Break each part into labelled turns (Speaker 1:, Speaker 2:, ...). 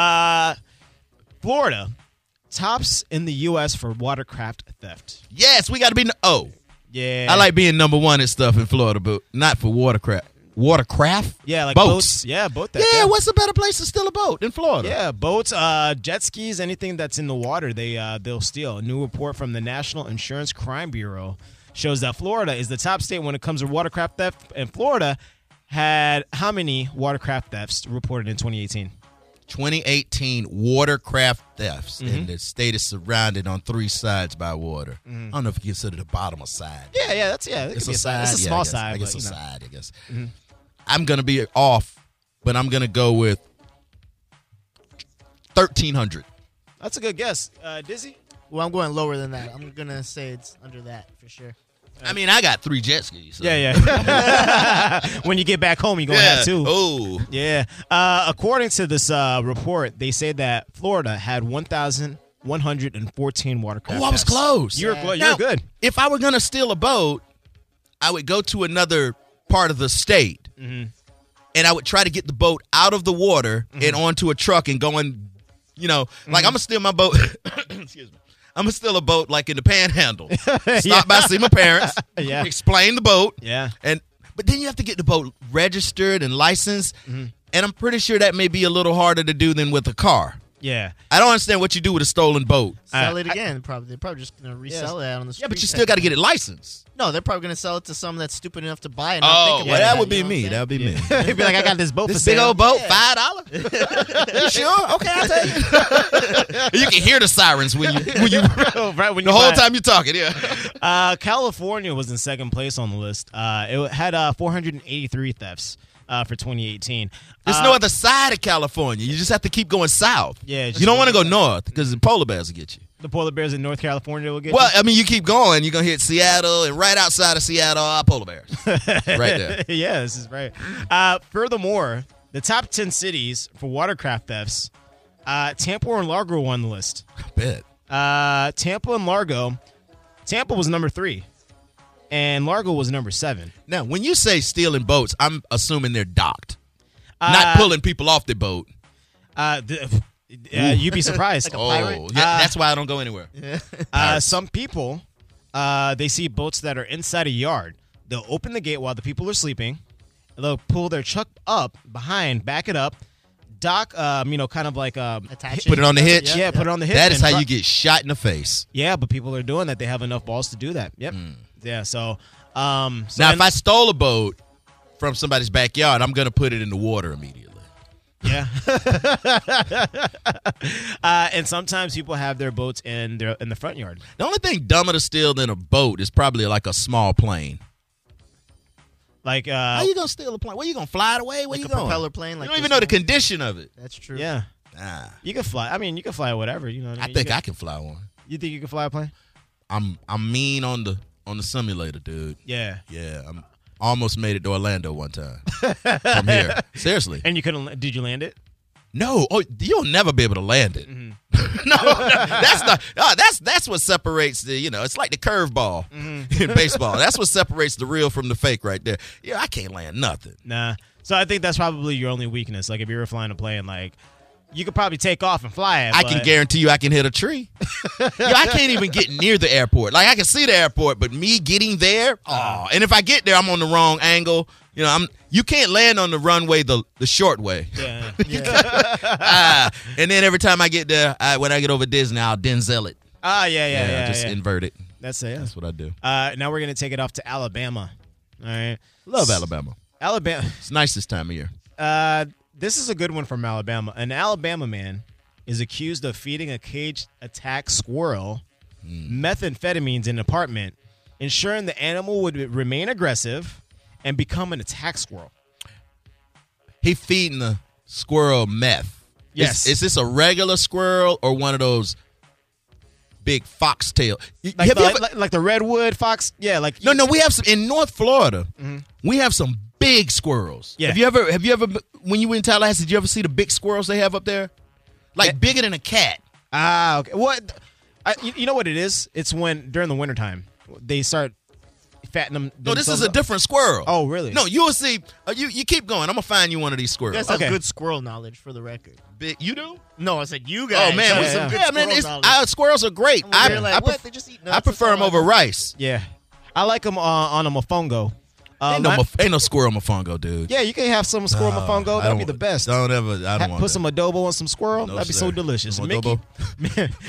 Speaker 1: Uh, Florida tops in the U.S. for watercraft theft.
Speaker 2: Yes, we got to be. n- Oh,
Speaker 1: Yeah,
Speaker 2: I like being number one and stuff in Florida, but not for watercraft. Watercraft?
Speaker 1: yeah like boats.
Speaker 2: boats.
Speaker 1: Yeah, boat theft.
Speaker 2: Yeah, what's a better place to steal a boat in Florida?
Speaker 1: Yeah, boats, uh, jet skis, anything that's in the water, they uh, they'll steal. A new report from the National Insurance Crime Bureau shows that Florida is the top state when it comes to watercraft theft, and Florida had how many watercraft thefts reported in 2018?
Speaker 2: 2018 watercraft thefts,
Speaker 1: Mm-hmm.
Speaker 2: and the state is surrounded on three sides by water. I don't know if you consider the bottom a side.
Speaker 1: Mm-hmm. Yeah, yeah, that's yeah. that
Speaker 2: it's
Speaker 1: could
Speaker 2: a
Speaker 1: be
Speaker 2: side.
Speaker 1: It's a
Speaker 2: yeah,
Speaker 1: small
Speaker 2: I guess.
Speaker 1: side.
Speaker 2: I guess
Speaker 1: but, you
Speaker 2: a
Speaker 1: know. Mm-hmm.
Speaker 2: side. I guess. I'm gonna be off, but I'm gonna go with 1300.
Speaker 1: That's a good guess, uh, Dizzy.
Speaker 3: Well, I'm going lower than that. I'm gonna say it's under that for sure.
Speaker 2: I mean, I got three jet skis. so-
Speaker 1: Yeah, yeah. when you get back home, you're gonna
Speaker 2: Yeah.
Speaker 1: have two.
Speaker 2: Oh,
Speaker 1: Yeah. Uh, according to this uh, report, they say that Florida had 1,114 watercraft.
Speaker 2: oh, I was
Speaker 1: thefts.
Speaker 2: close.
Speaker 1: You were close. You
Speaker 2: Now,
Speaker 1: were good.
Speaker 2: If I were gonna steal a boat, I would go to another part of the state,
Speaker 1: Mm-hmm.
Speaker 2: and I would try to get the boat out of the water and onto a truck and going. You know,
Speaker 1: Mm-hmm.
Speaker 2: like I'm gonna steal my boat. excuse me. I'm gonna steal a boat like in the Panhandle. Stop by see my parents.
Speaker 1: Yeah.
Speaker 2: Explain the boat.
Speaker 1: Yeah.
Speaker 2: And but then you have to get the boat registered and licensed,
Speaker 1: Mm-hmm.
Speaker 2: and I'm pretty sure that may be a little harder to do than with a car.
Speaker 1: Yeah.
Speaker 2: I don't understand what you do with a stolen boat.
Speaker 3: Sell
Speaker 1: I-
Speaker 3: it again. probably they're probably just gonna resell it out on the street.
Speaker 2: Yeah, but you still got to get it licensed.
Speaker 3: No, they're probably gonna sell it to someone that's stupid enough to buy it. Oh, think about
Speaker 2: well,
Speaker 3: it,
Speaker 2: that
Speaker 3: you
Speaker 2: would be
Speaker 3: know what
Speaker 2: me.
Speaker 3: I'm
Speaker 2: That
Speaker 3: saying?
Speaker 2: would be me.
Speaker 1: They'd be like, I got this boat
Speaker 2: This
Speaker 1: for
Speaker 2: big
Speaker 1: sale.
Speaker 2: old boat, five dollars. you
Speaker 1: Oh,
Speaker 2: sure? Okay, I'll take it. you can hear the sirens when you when you
Speaker 1: Oh, right when
Speaker 2: the
Speaker 1: you
Speaker 2: whole
Speaker 1: buy it.
Speaker 2: time you're talking. Yeah.
Speaker 1: Uh, California was in second place on the list. Uh, it had uh, 483 thefts uh, for 2018.
Speaker 2: There's
Speaker 1: Uh,
Speaker 2: no other side of California. You just have to keep going south.
Speaker 1: Yeah, it's
Speaker 2: You don't
Speaker 1: just-
Speaker 2: want to go north because the polar bears will get you.
Speaker 1: the polar bears in North California will get.
Speaker 2: Well, I mean, you keep going, you're gonna hit Seattle, and right outside of Seattle are polar bears. right there.
Speaker 1: yeah, this is right. Uh, furthermore, the top 10 cities for watercraft thefts, uh, Tampa and Largo were on the list.
Speaker 2: I bet.
Speaker 1: Uh, Tampa and Largo, Tampa was number three, and Largo was number seven.
Speaker 2: Now, when you say stealing boats, I'm assuming they're docked, not pulling people off their boat.
Speaker 1: Uh, the, uh, you'd be surprised.
Speaker 2: oh,
Speaker 3: pirate?
Speaker 2: yeah,
Speaker 1: Uh,
Speaker 2: that's why I don't go anywhere.
Speaker 1: Uh, some people, uh, they see boats that are inside a yard. They'll open the gate while the people are sleeping. They'll pull their truck up behind, back it up, dock, um, you know, kind of like um,
Speaker 3: Attach
Speaker 2: Put it on the hitch.
Speaker 1: yeah, put it on the hitch.
Speaker 2: That is
Speaker 1: and
Speaker 2: how
Speaker 1: ru-
Speaker 2: you get shot in the face.
Speaker 1: Yeah, but people are doing that. They have enough balls to do that. Yep.
Speaker 2: Hmm.
Speaker 1: Yeah. So, um, so
Speaker 2: Now,
Speaker 1: and-
Speaker 2: if I stole a boat from somebody's backyard, I'm gonna put it in the water immediately.
Speaker 1: Yeah. uh, and sometimes people have their boats in their in the front yard.
Speaker 2: The only thing dumber to steal than a boat is probably like a small plane.
Speaker 1: Like
Speaker 2: How
Speaker 1: uh,
Speaker 2: you gonna steal a plane? Where you gonna fly it away? Where
Speaker 3: Like
Speaker 2: you
Speaker 3: a
Speaker 2: going?
Speaker 3: propeller plane. Like
Speaker 2: you don't even
Speaker 3: this
Speaker 2: know the
Speaker 3: one.
Speaker 2: condition of it.
Speaker 3: That's true.
Speaker 1: yeah,
Speaker 2: Nah,
Speaker 1: you can fly. I mean, you can fly whatever. You know. What I,
Speaker 2: I
Speaker 1: mean?
Speaker 2: think
Speaker 1: you
Speaker 2: I can fly one.
Speaker 1: can- You think you can fly a plane?
Speaker 2: I'm I'm mean on the on the simulator, dude.
Speaker 1: Yeah.
Speaker 2: Yeah, I'm almost made it to Orlando one time from here. Seriously,
Speaker 1: And you couldn't. la- Did you land it?
Speaker 2: no. Oh, you'll never be able to land it.
Speaker 1: Mm-hmm.
Speaker 2: no, that's not. ah, that's that's what separates the. You know, it's like the curveball
Speaker 1: Mm-hmm.
Speaker 2: in baseball. That's what separates the real from the fake, right there. Yeah, I can't land nothing.
Speaker 1: Nah. So I think that's probably your only weakness. Like if you were flying a plane, like you could probably take off and fly it.
Speaker 2: I can
Speaker 1: but-
Speaker 2: guarantee you, I can hit a tree. Yo, I can't even get near the airport. Like I can see the airport, but me getting there,
Speaker 1: Uh-huh.
Speaker 2: oh. And if I get there, I'm on the wrong angle. You know, I'm. You can't land on the runway the the short way.
Speaker 1: Yeah.
Speaker 2: Ah, and then every time I get there, I, when I get over Disney, I'll Denzel it.
Speaker 1: Ah, yeah, yeah, yeah.
Speaker 2: I just
Speaker 1: yeah.
Speaker 2: invert it.
Speaker 1: that's it. yeah.
Speaker 2: That's what I do.
Speaker 1: Uh, now we're gonna take it off to Alabama. All right.
Speaker 2: Love Alabama.
Speaker 1: Alabama.
Speaker 2: It's nice this time of year.
Speaker 1: Uh, this is a good one from Alabama. An Alabama man is accused of feeding a cage attack squirrel
Speaker 2: Hmm.
Speaker 1: methamphetamines in an apartment, ensuring the animal would remain aggressive and become an attack squirrel.
Speaker 2: He feeding the squirrel meth.
Speaker 1: Yes.
Speaker 2: Is, is this a regular squirrel or one of those big foxtail? Y-
Speaker 1: Like,
Speaker 2: have
Speaker 1: the,
Speaker 2: you ever-
Speaker 1: like, like the redwood fox. Yeah, like
Speaker 2: no, no. We have some in North Florida. We have some big squirrels.
Speaker 1: Mm-hmm. Yeah.
Speaker 2: Have you ever? Have you ever? When you were in Tallahassee, did you ever see the big squirrels they have up there? Like bigger than a cat.
Speaker 1: Ah, okay. What? I, you, you know what it is? It's when during the wintertime they start fattening them.
Speaker 2: No, this is
Speaker 1: themselves
Speaker 2: a
Speaker 1: up.
Speaker 2: different squirrel.
Speaker 1: Oh, really?
Speaker 2: No, you'll see. Uh, you you keep going. I'm gonna find you one of these
Speaker 3: You
Speaker 2: squirrels.
Speaker 3: guys have
Speaker 1: Okay.
Speaker 3: good squirrel knowledge for the record.
Speaker 2: big. You do?
Speaker 3: No, I said you guys.
Speaker 2: Oh man,
Speaker 1: yeah,
Speaker 2: we
Speaker 1: yeah.
Speaker 2: some good-
Speaker 3: yeah,
Speaker 2: yeah, man. It's, uh, squirrels are great. I,
Speaker 3: like,
Speaker 2: I,
Speaker 3: what?
Speaker 2: pref-
Speaker 3: they just eat nuts.
Speaker 2: I prefer them
Speaker 3: That's all
Speaker 2: over rice.
Speaker 1: Yeah, I like them uh, on a mofongo. Uh,
Speaker 2: Ain't no,
Speaker 1: my-
Speaker 2: maf- ain't no squirrel mofongo, dude.
Speaker 1: yeah, you can have some squirrel
Speaker 2: No,
Speaker 1: mofongo.
Speaker 2: I
Speaker 1: That'd be
Speaker 2: don't-
Speaker 1: the best.
Speaker 2: Don't ever. I
Speaker 1: Ha-
Speaker 2: don't want
Speaker 1: Put
Speaker 2: that.
Speaker 1: some adobo on some squirrel.
Speaker 2: No,
Speaker 1: That'd be so
Speaker 2: sir.
Speaker 1: delicious.
Speaker 2: Some
Speaker 1: Mickey,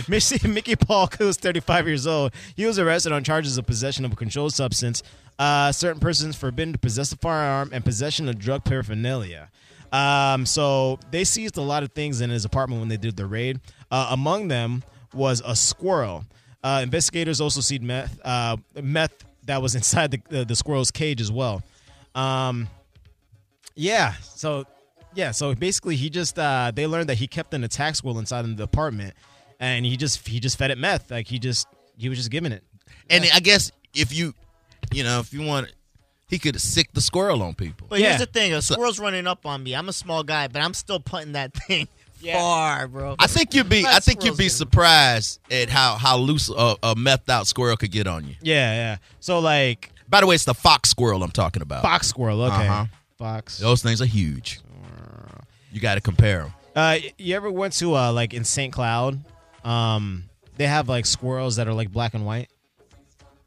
Speaker 1: Mickey, Mickey Paul, who's 35 years old, he was arrested on charges of possession of a controlled substance. Uh, certain persons forbidden to possess a firearm and possession of drug paraphernalia. Um, so they seized a lot of things in his apartment when they did the raid. Uh, among them was a squirrel. Uh, investigators also seized meth, uh, meth that was inside the, the, the squirrel's cage as well. Um, yeah. So, yeah. So basically, he just uh, they learned that he kept an attack squirrel inside of the apartment, and he just he just fed it meth. Like he just he was just giving it.
Speaker 2: And I guess if you, you know, if you want, he could sick the squirrel on people.
Speaker 3: But
Speaker 1: Yeah.
Speaker 3: here's the thing: a squirrel's running up on me. I'm a small guy, but I'm still putting that thing far, bro.
Speaker 2: I think you'd be. I
Speaker 3: That's
Speaker 2: think you'd be
Speaker 3: squirrels, dude.
Speaker 2: surprised at how how loose a, a methed out squirrel could get on you.
Speaker 1: Yeah. Yeah. So like
Speaker 2: By the way, it's the fox squirrel I'm talking about.
Speaker 1: fox squirrel. Okay.
Speaker 2: Uh-huh.
Speaker 1: Fox.
Speaker 2: Those things are huge. You got to compare them.
Speaker 1: Uh, you ever went to uh like in St. Cloud? Um, they have like squirrels that are like black and white.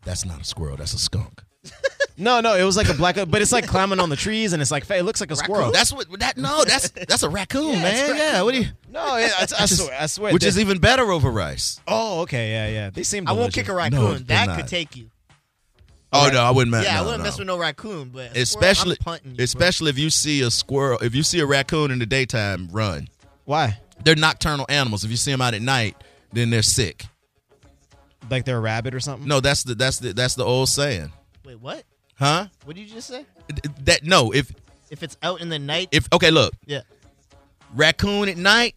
Speaker 2: That's not a squirrel. That's a skunk.
Speaker 1: No, no, it was like a black, but it's like climbing on the trees, and it's like it looks like a squirrel.
Speaker 2: Raccoon. That's what that. No, that's that's a raccoon, man. Yeah. What do you?
Speaker 1: no, yeah, I, I swear, I swear.
Speaker 2: Which
Speaker 1: they-
Speaker 2: is even better over rice.
Speaker 1: oh, okay, yeah, yeah. They seem.
Speaker 3: I won't
Speaker 1: delicious.
Speaker 3: kick a raccoon.
Speaker 2: No, they're
Speaker 3: that
Speaker 2: not.
Speaker 3: could take you.
Speaker 2: Oh no, I wouldn't. ma-
Speaker 3: yeah, I
Speaker 2: no,
Speaker 3: wouldn't
Speaker 2: no.
Speaker 3: mess with no raccoon, but a squirrel,
Speaker 2: Especially,
Speaker 3: I'm punting you, bro.
Speaker 2: especially if you see a squirrel, if you see a raccoon in the daytime, run.
Speaker 1: Why?
Speaker 2: They're nocturnal animals. If you see them out at night, then they're sick.
Speaker 1: Like they're a rabbit or something?
Speaker 2: No, that's the that's the that's the old saying,
Speaker 3: Wait, what?
Speaker 2: huh?
Speaker 3: What did you just say?
Speaker 2: Th- That no, if
Speaker 3: If it's out in the night,
Speaker 2: if okay, look,
Speaker 3: yeah.
Speaker 2: raccoon at night,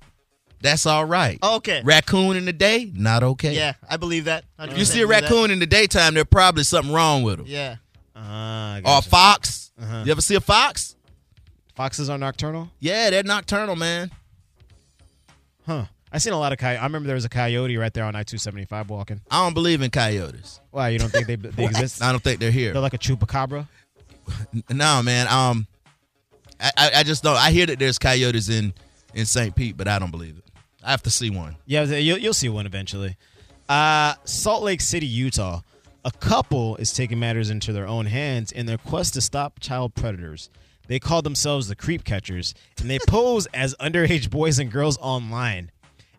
Speaker 2: that's all right.
Speaker 3: Okay.
Speaker 2: Raccoon in the day, not okay.
Speaker 3: Oh, yeah, I believe that.
Speaker 2: If you
Speaker 3: 100%
Speaker 2: see a
Speaker 3: believe that.
Speaker 2: raccoon in the daytime, there's probably something wrong with them.
Speaker 3: Yeah.
Speaker 1: Ah,
Speaker 2: Or a
Speaker 1: gotcha.
Speaker 2: fox.
Speaker 1: Uh-huh.
Speaker 2: You ever see a fox?
Speaker 1: foxes are nocturnal?
Speaker 2: Yeah, they're nocturnal, man.
Speaker 1: Huh. I seen a lot of coyote. I remember there was a coyote right there on I two seventy five walking.
Speaker 2: I don't believe in coyotes.
Speaker 1: Wow, you don't think they they exist?
Speaker 2: I don't think they're here.
Speaker 1: They're like a chupacabra.
Speaker 2: No, man. Um, I, I I just don't. I hear that there's coyotes in in St. Pete, but I don't believe it. I have to see one.
Speaker 1: Yeah, they- you'll, you'll see one eventually. Uh, Salt Lake City, Utah. A couple is taking matters into their own hands in their quest to stop child predators. They call themselves the Creep Catchers, and they pose as underage boys and girls online.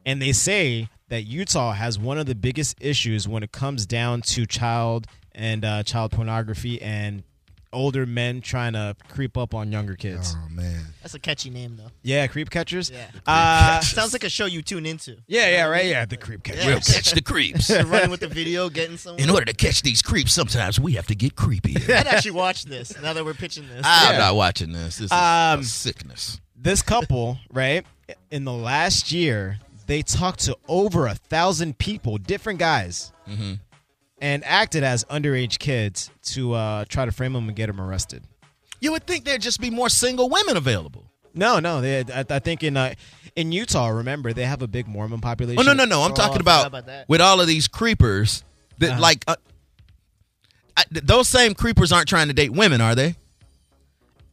Speaker 1: And they say that Utah has one of the biggest issues when it comes down to child and uh, child pornography and older men trying to creep up on younger kids.
Speaker 2: Oh, man.
Speaker 3: That's a catchy name though.
Speaker 1: Yeah, Creep Catchers.
Speaker 3: Yeah.
Speaker 1: Uh,
Speaker 3: Sounds like a show you tune into.
Speaker 1: yeah, yeah, right. Yeah, the Creep
Speaker 2: We'll
Speaker 1: Catchers.
Speaker 2: catch the creeps.
Speaker 3: Running with the video, getting someone.
Speaker 2: In order to catch these creeps, sometimes we have to get creepy.
Speaker 3: I'd actually watch this now that we're pitching this.
Speaker 2: I'm
Speaker 1: Yeah.
Speaker 2: not watching this. This is
Speaker 1: Um,
Speaker 2: a sickness.
Speaker 1: this couple, right, in the last year, they talked to over a thousand people, different guys,
Speaker 2: Mm-hmm.
Speaker 1: and acted as underage kids to uh, try to frame them and get them arrested.
Speaker 2: You would think there'd just be more single women available.
Speaker 1: No, no, they, I, I think in uh, in Utah, remember they have a big Mormon population.
Speaker 2: Oh no, no, no! I'm
Speaker 3: Oh, I
Speaker 2: talking
Speaker 3: forgot
Speaker 2: about,
Speaker 3: about that.
Speaker 2: with all of these creepers that
Speaker 1: Uh-huh.
Speaker 2: like uh, I, th- those same creepers aren't trying to date women, are they?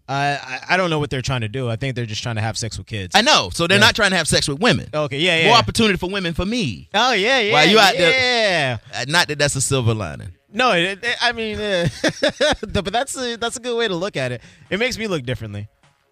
Speaker 1: Uh, I I don't know what they're trying to do. I think they're just trying to have sex with kids.
Speaker 2: I know, so they're
Speaker 1: Yeah.
Speaker 2: not trying to have sex with women.
Speaker 1: okay, yeah, yeah.
Speaker 2: More
Speaker 1: yeah.
Speaker 2: opportunity for women for me.
Speaker 1: oh yeah, yeah.
Speaker 2: While you out
Speaker 1: yeah.
Speaker 2: there- Uh, Not that that's a silver lining.
Speaker 1: No, it, it- I mean, uh, but that's a, that's a good way to look at it. It makes me look differently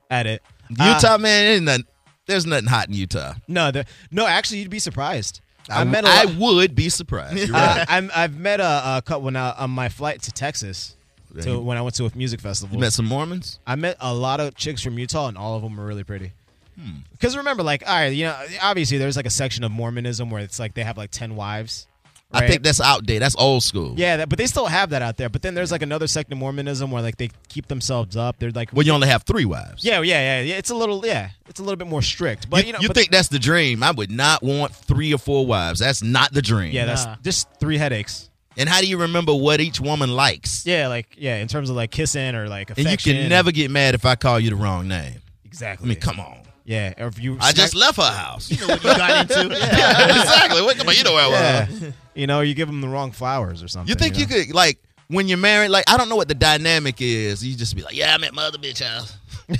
Speaker 1: at it. Uh,
Speaker 2: Utah, man, ain't nothing, there's nothing hot in Utah.
Speaker 1: No, the, no. Actually, you'd be surprised. I,
Speaker 2: I, w-
Speaker 1: met a
Speaker 2: I
Speaker 1: lot-
Speaker 2: would be surprised. You're
Speaker 1: uh,
Speaker 2: right.
Speaker 1: I'm, I've met a, a couple when I, on my flight to Texas.
Speaker 2: Yeah,
Speaker 1: To
Speaker 2: you-
Speaker 1: when I went to a music festival,
Speaker 2: You met some Mormons?
Speaker 1: I met a lot of chicks from Utah, and all of them were really pretty.
Speaker 2: Hmm.
Speaker 1: Because remember, like, all right, you know, obviously there's like a section of Mormonism where it's like they have like ten wives.
Speaker 2: I
Speaker 1: right?
Speaker 2: think that's outdated. That's old school.
Speaker 1: yeah, that, but they still have that out there. But then there's like another sect of Mormonism where like they keep themselves up. They're like,
Speaker 2: Well, you only have three wives.
Speaker 1: yeah, yeah, yeah, yeah. It's a little, yeah, it's a little bit more strict. But
Speaker 2: But
Speaker 1: you,
Speaker 2: you,
Speaker 1: know,
Speaker 2: you
Speaker 1: but-
Speaker 2: think that's the dream? I would not want three or four wives. That's not the dream.
Speaker 1: yeah, that's
Speaker 3: Nah.
Speaker 1: just three headaches.
Speaker 2: And how do you remember what each woman likes?
Speaker 1: Yeah, like yeah, in terms of like kissing or like
Speaker 2: and
Speaker 1: affection.
Speaker 2: you can never get mad if I call you the wrong name. I
Speaker 1: exactly.
Speaker 2: mean, come on.
Speaker 1: Yeah, or if you
Speaker 2: I
Speaker 1: smack-
Speaker 2: just left her house.
Speaker 3: You know what you got into. Yeah.
Speaker 2: exactly. What, come on, you know where I was.
Speaker 1: yeah. you know, you give them the wrong flowers or something.
Speaker 2: You think you
Speaker 1: know?
Speaker 2: could like when you're married? Like I don't know what the dynamic is. You just be like, yeah, I'm at my other bitch house. I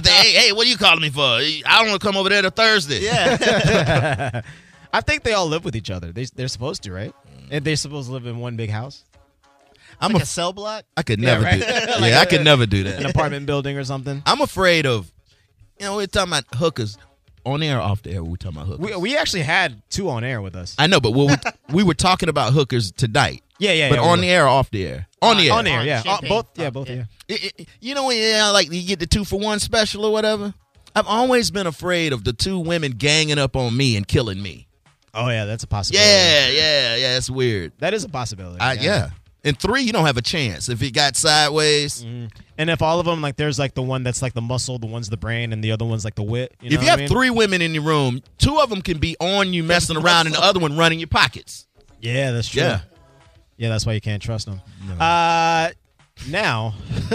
Speaker 2: think, hey, hey, what are you calling me for? I don't want to come over there to Thursday.
Speaker 3: Yeah.
Speaker 1: I think they all live with each other. They they're supposed to, right?
Speaker 2: Mm.
Speaker 1: And they're supposed to live in one big house,
Speaker 2: I'm a,
Speaker 3: like a cell block.
Speaker 2: I could never
Speaker 1: right.
Speaker 2: do that. Yeah, I could never do
Speaker 1: an
Speaker 2: that.
Speaker 1: apartment building or something.
Speaker 2: I'm afraid of, you know, we're talking about hookers. On air or off the air, we're talking about
Speaker 1: We,
Speaker 2: hookers.
Speaker 1: we actually had two on air with us.
Speaker 2: I know, but what we, we were talking about hookers tonight.
Speaker 1: Yeah, yeah.
Speaker 2: but
Speaker 1: yeah, we
Speaker 2: on
Speaker 1: were.
Speaker 2: the air or off the air? On the air.
Speaker 1: on air,
Speaker 3: On
Speaker 1: yeah, Uh,
Speaker 3: champagne.
Speaker 1: both, yeah, both, yeah.
Speaker 2: It- it- you know, yeah, like you get the two for one special or whatever. I've always been afraid of the two women ganging up on me and killing me.
Speaker 1: Oh yeah, that's a possibility.
Speaker 2: Yeah, yeah, yeah. It's weird.
Speaker 1: that is a possibility.
Speaker 2: I, yeah. In three, you don't have a chance. If it got sideways,
Speaker 1: Mm, And if all of them like, there's like the one that's like the muscle, the one's the brain, and the other one's like the wit. You know
Speaker 2: if
Speaker 1: what
Speaker 2: you
Speaker 1: I
Speaker 2: have
Speaker 1: mean?
Speaker 2: three women in the room, two of them can be on you messing around, and the other one running your pockets.
Speaker 1: yeah, that's true.
Speaker 2: Yeah.
Speaker 1: Yeah, that's why you can't trust them. Uh, now,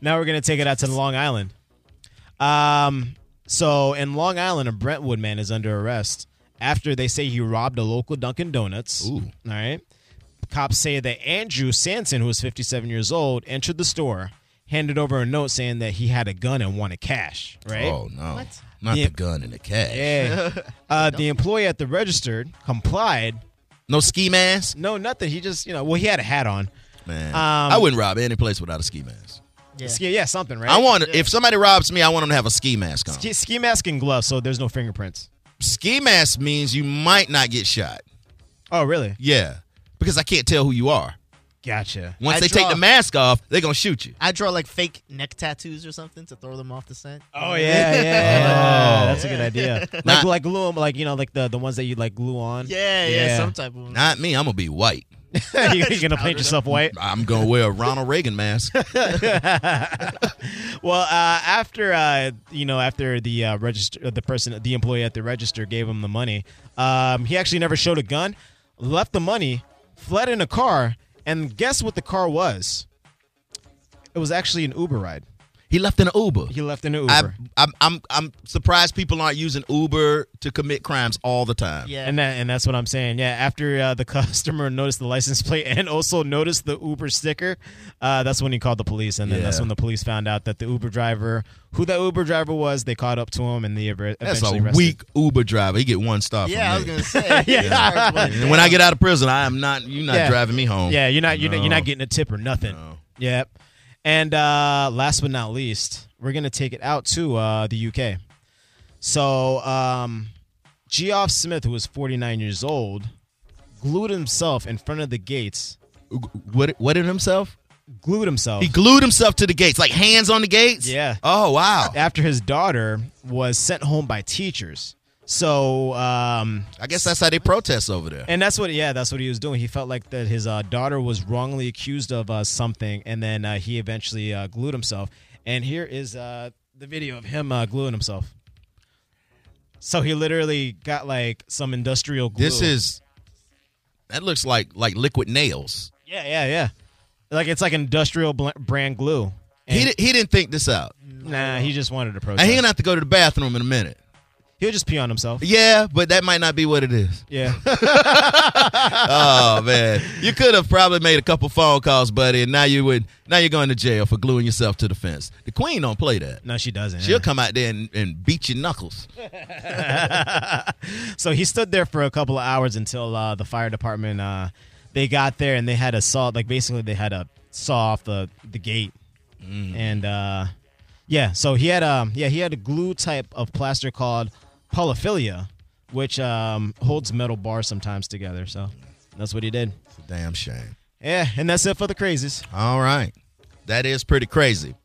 Speaker 1: now we're gonna take it out to Long Island. Um, so in Long Island, a Brentwood man is under arrest after they say he robbed a local Dunkin' Donuts.
Speaker 2: Ooh.
Speaker 1: All right. Cops say that Andrew Sanson, who is 57 years old, entered the store, handed over a note saying that he had a gun and wanted cash. Right.
Speaker 2: Oh no, not
Speaker 1: Yeah.
Speaker 2: the gun and the cash.
Speaker 1: Yeah. Uh, the employee at the register complied.
Speaker 2: No ski mask,
Speaker 1: No, nothing. He just, you know, well, he had a hat on.
Speaker 2: man.
Speaker 1: Um,
Speaker 2: I wouldn't rob any place without a ski mask.
Speaker 3: Yeah.
Speaker 1: Yeah, yeah something, right?
Speaker 2: I want if somebody robs me, I want them to have a ski mask on.
Speaker 1: ski, ski mask and gloves, so there's no fingerprints.
Speaker 2: ski mask means you might not get shot.
Speaker 1: Oh, really?
Speaker 2: Yeah, because I can't tell who you are.
Speaker 1: Gotcha.
Speaker 2: Once
Speaker 3: I
Speaker 2: they
Speaker 3: draw-
Speaker 2: take the mask off, they're gonna shoot you.
Speaker 3: I draw like fake neck tattoos or something to throw them off the scent.
Speaker 2: Um,
Speaker 1: Oh yeah, yeah, yeah.
Speaker 2: Oh.
Speaker 1: that's a good idea. Like
Speaker 2: Not-
Speaker 1: like glue 'em, like you know, like the the ones that you like glue on.
Speaker 3: Yeah, yeah, some type of.
Speaker 2: Not me. I'm gonna be white.
Speaker 1: you, are gonna paint yourself white.
Speaker 2: I'm gonna wear a Ronald Reagan mask.
Speaker 1: Well, uh, after uh, you know, after the uh, register, the person, the employee at the register gave him the money. Um, he actually never showed a gun, left the money, fled in a car, and guess what the car was? It was actually an Uber ride.
Speaker 2: He left in an Uber.
Speaker 1: He left in an Uber,
Speaker 2: I, I'm, I'm, I'm surprised people aren't using Uber to commit crimes all the time.
Speaker 3: yeah,
Speaker 1: and that, and that's what I'm saying. Yeah, after uh, the customer noticed the license plate and also noticed the Uber sticker, uh, that's when he called the police, and then that's
Speaker 2: Yeah.
Speaker 1: when the police found out that the Uber driver, who that Uber driver was, they caught up to him, and they ever-
Speaker 2: That's
Speaker 1: eventually
Speaker 2: a
Speaker 1: arrested
Speaker 2: weak Uber driver. He get one star.
Speaker 3: yeah. I was
Speaker 2: from me.
Speaker 3: gonna say.
Speaker 1: Yeah.
Speaker 2: And when I get out of prison, I am not. You're not
Speaker 1: Yeah.
Speaker 2: driving me home.
Speaker 1: Yeah, you're not you're, not, you're not
Speaker 2: No.
Speaker 1: getting a tip or nothing.
Speaker 2: No.
Speaker 1: Yep. And uh, last but not least, we're gonna take it out to uh, the UK. So um, Geoff Smith, who was 49 years old, glued himself in front of the gates.
Speaker 2: What? What did himself?
Speaker 1: Glued himself.
Speaker 2: He glued himself to the gates, like hands on the gates.
Speaker 1: Yeah.
Speaker 2: Oh wow.
Speaker 1: after his daughter was sent home by teachers. So, um,
Speaker 2: I guess that's how they protest over there.
Speaker 1: and that's what, yeah, that's what he was doing. He felt like that his uh, daughter was wrongly accused of uh, something, and then uh, he eventually uh, glued himself. And here is uh, the video of him uh, gluing himself. So he literally got like some industrial glue.
Speaker 2: This is. That looks like like liquid nails.
Speaker 1: yeah, yeah, yeah. Like it's like industrial bl- brand glue.
Speaker 2: He
Speaker 1: And- Mm.
Speaker 2: di- he didn't think this out,
Speaker 1: nah, he just wanted to protest.
Speaker 2: and he gonna have to go to the bathroom in a minute.
Speaker 1: He'll just pee on himself.
Speaker 2: Yeah, but that might not be what it is.
Speaker 1: Yeah.
Speaker 2: Oh man, you could have probably made a couple phone calls, buddy, and now you would. Now you're going to jail for gluing yourself to the fence. The queen don't play that.
Speaker 1: no, she doesn't. yeah.
Speaker 2: She'll come out there and, and beat your knuckles.
Speaker 1: So he stood there for a couple of hours until uh, the fire department uh, they got there and they had a saw like basically they had a saw off the the gate and uh, yeah so he had um yeah he had a glue type of plaster called polyphilia which um, holds metal bars sometimes together so that's what he did
Speaker 2: It's a damn shame.
Speaker 1: yeah and that's it for the crazies
Speaker 2: All right, that is pretty crazy.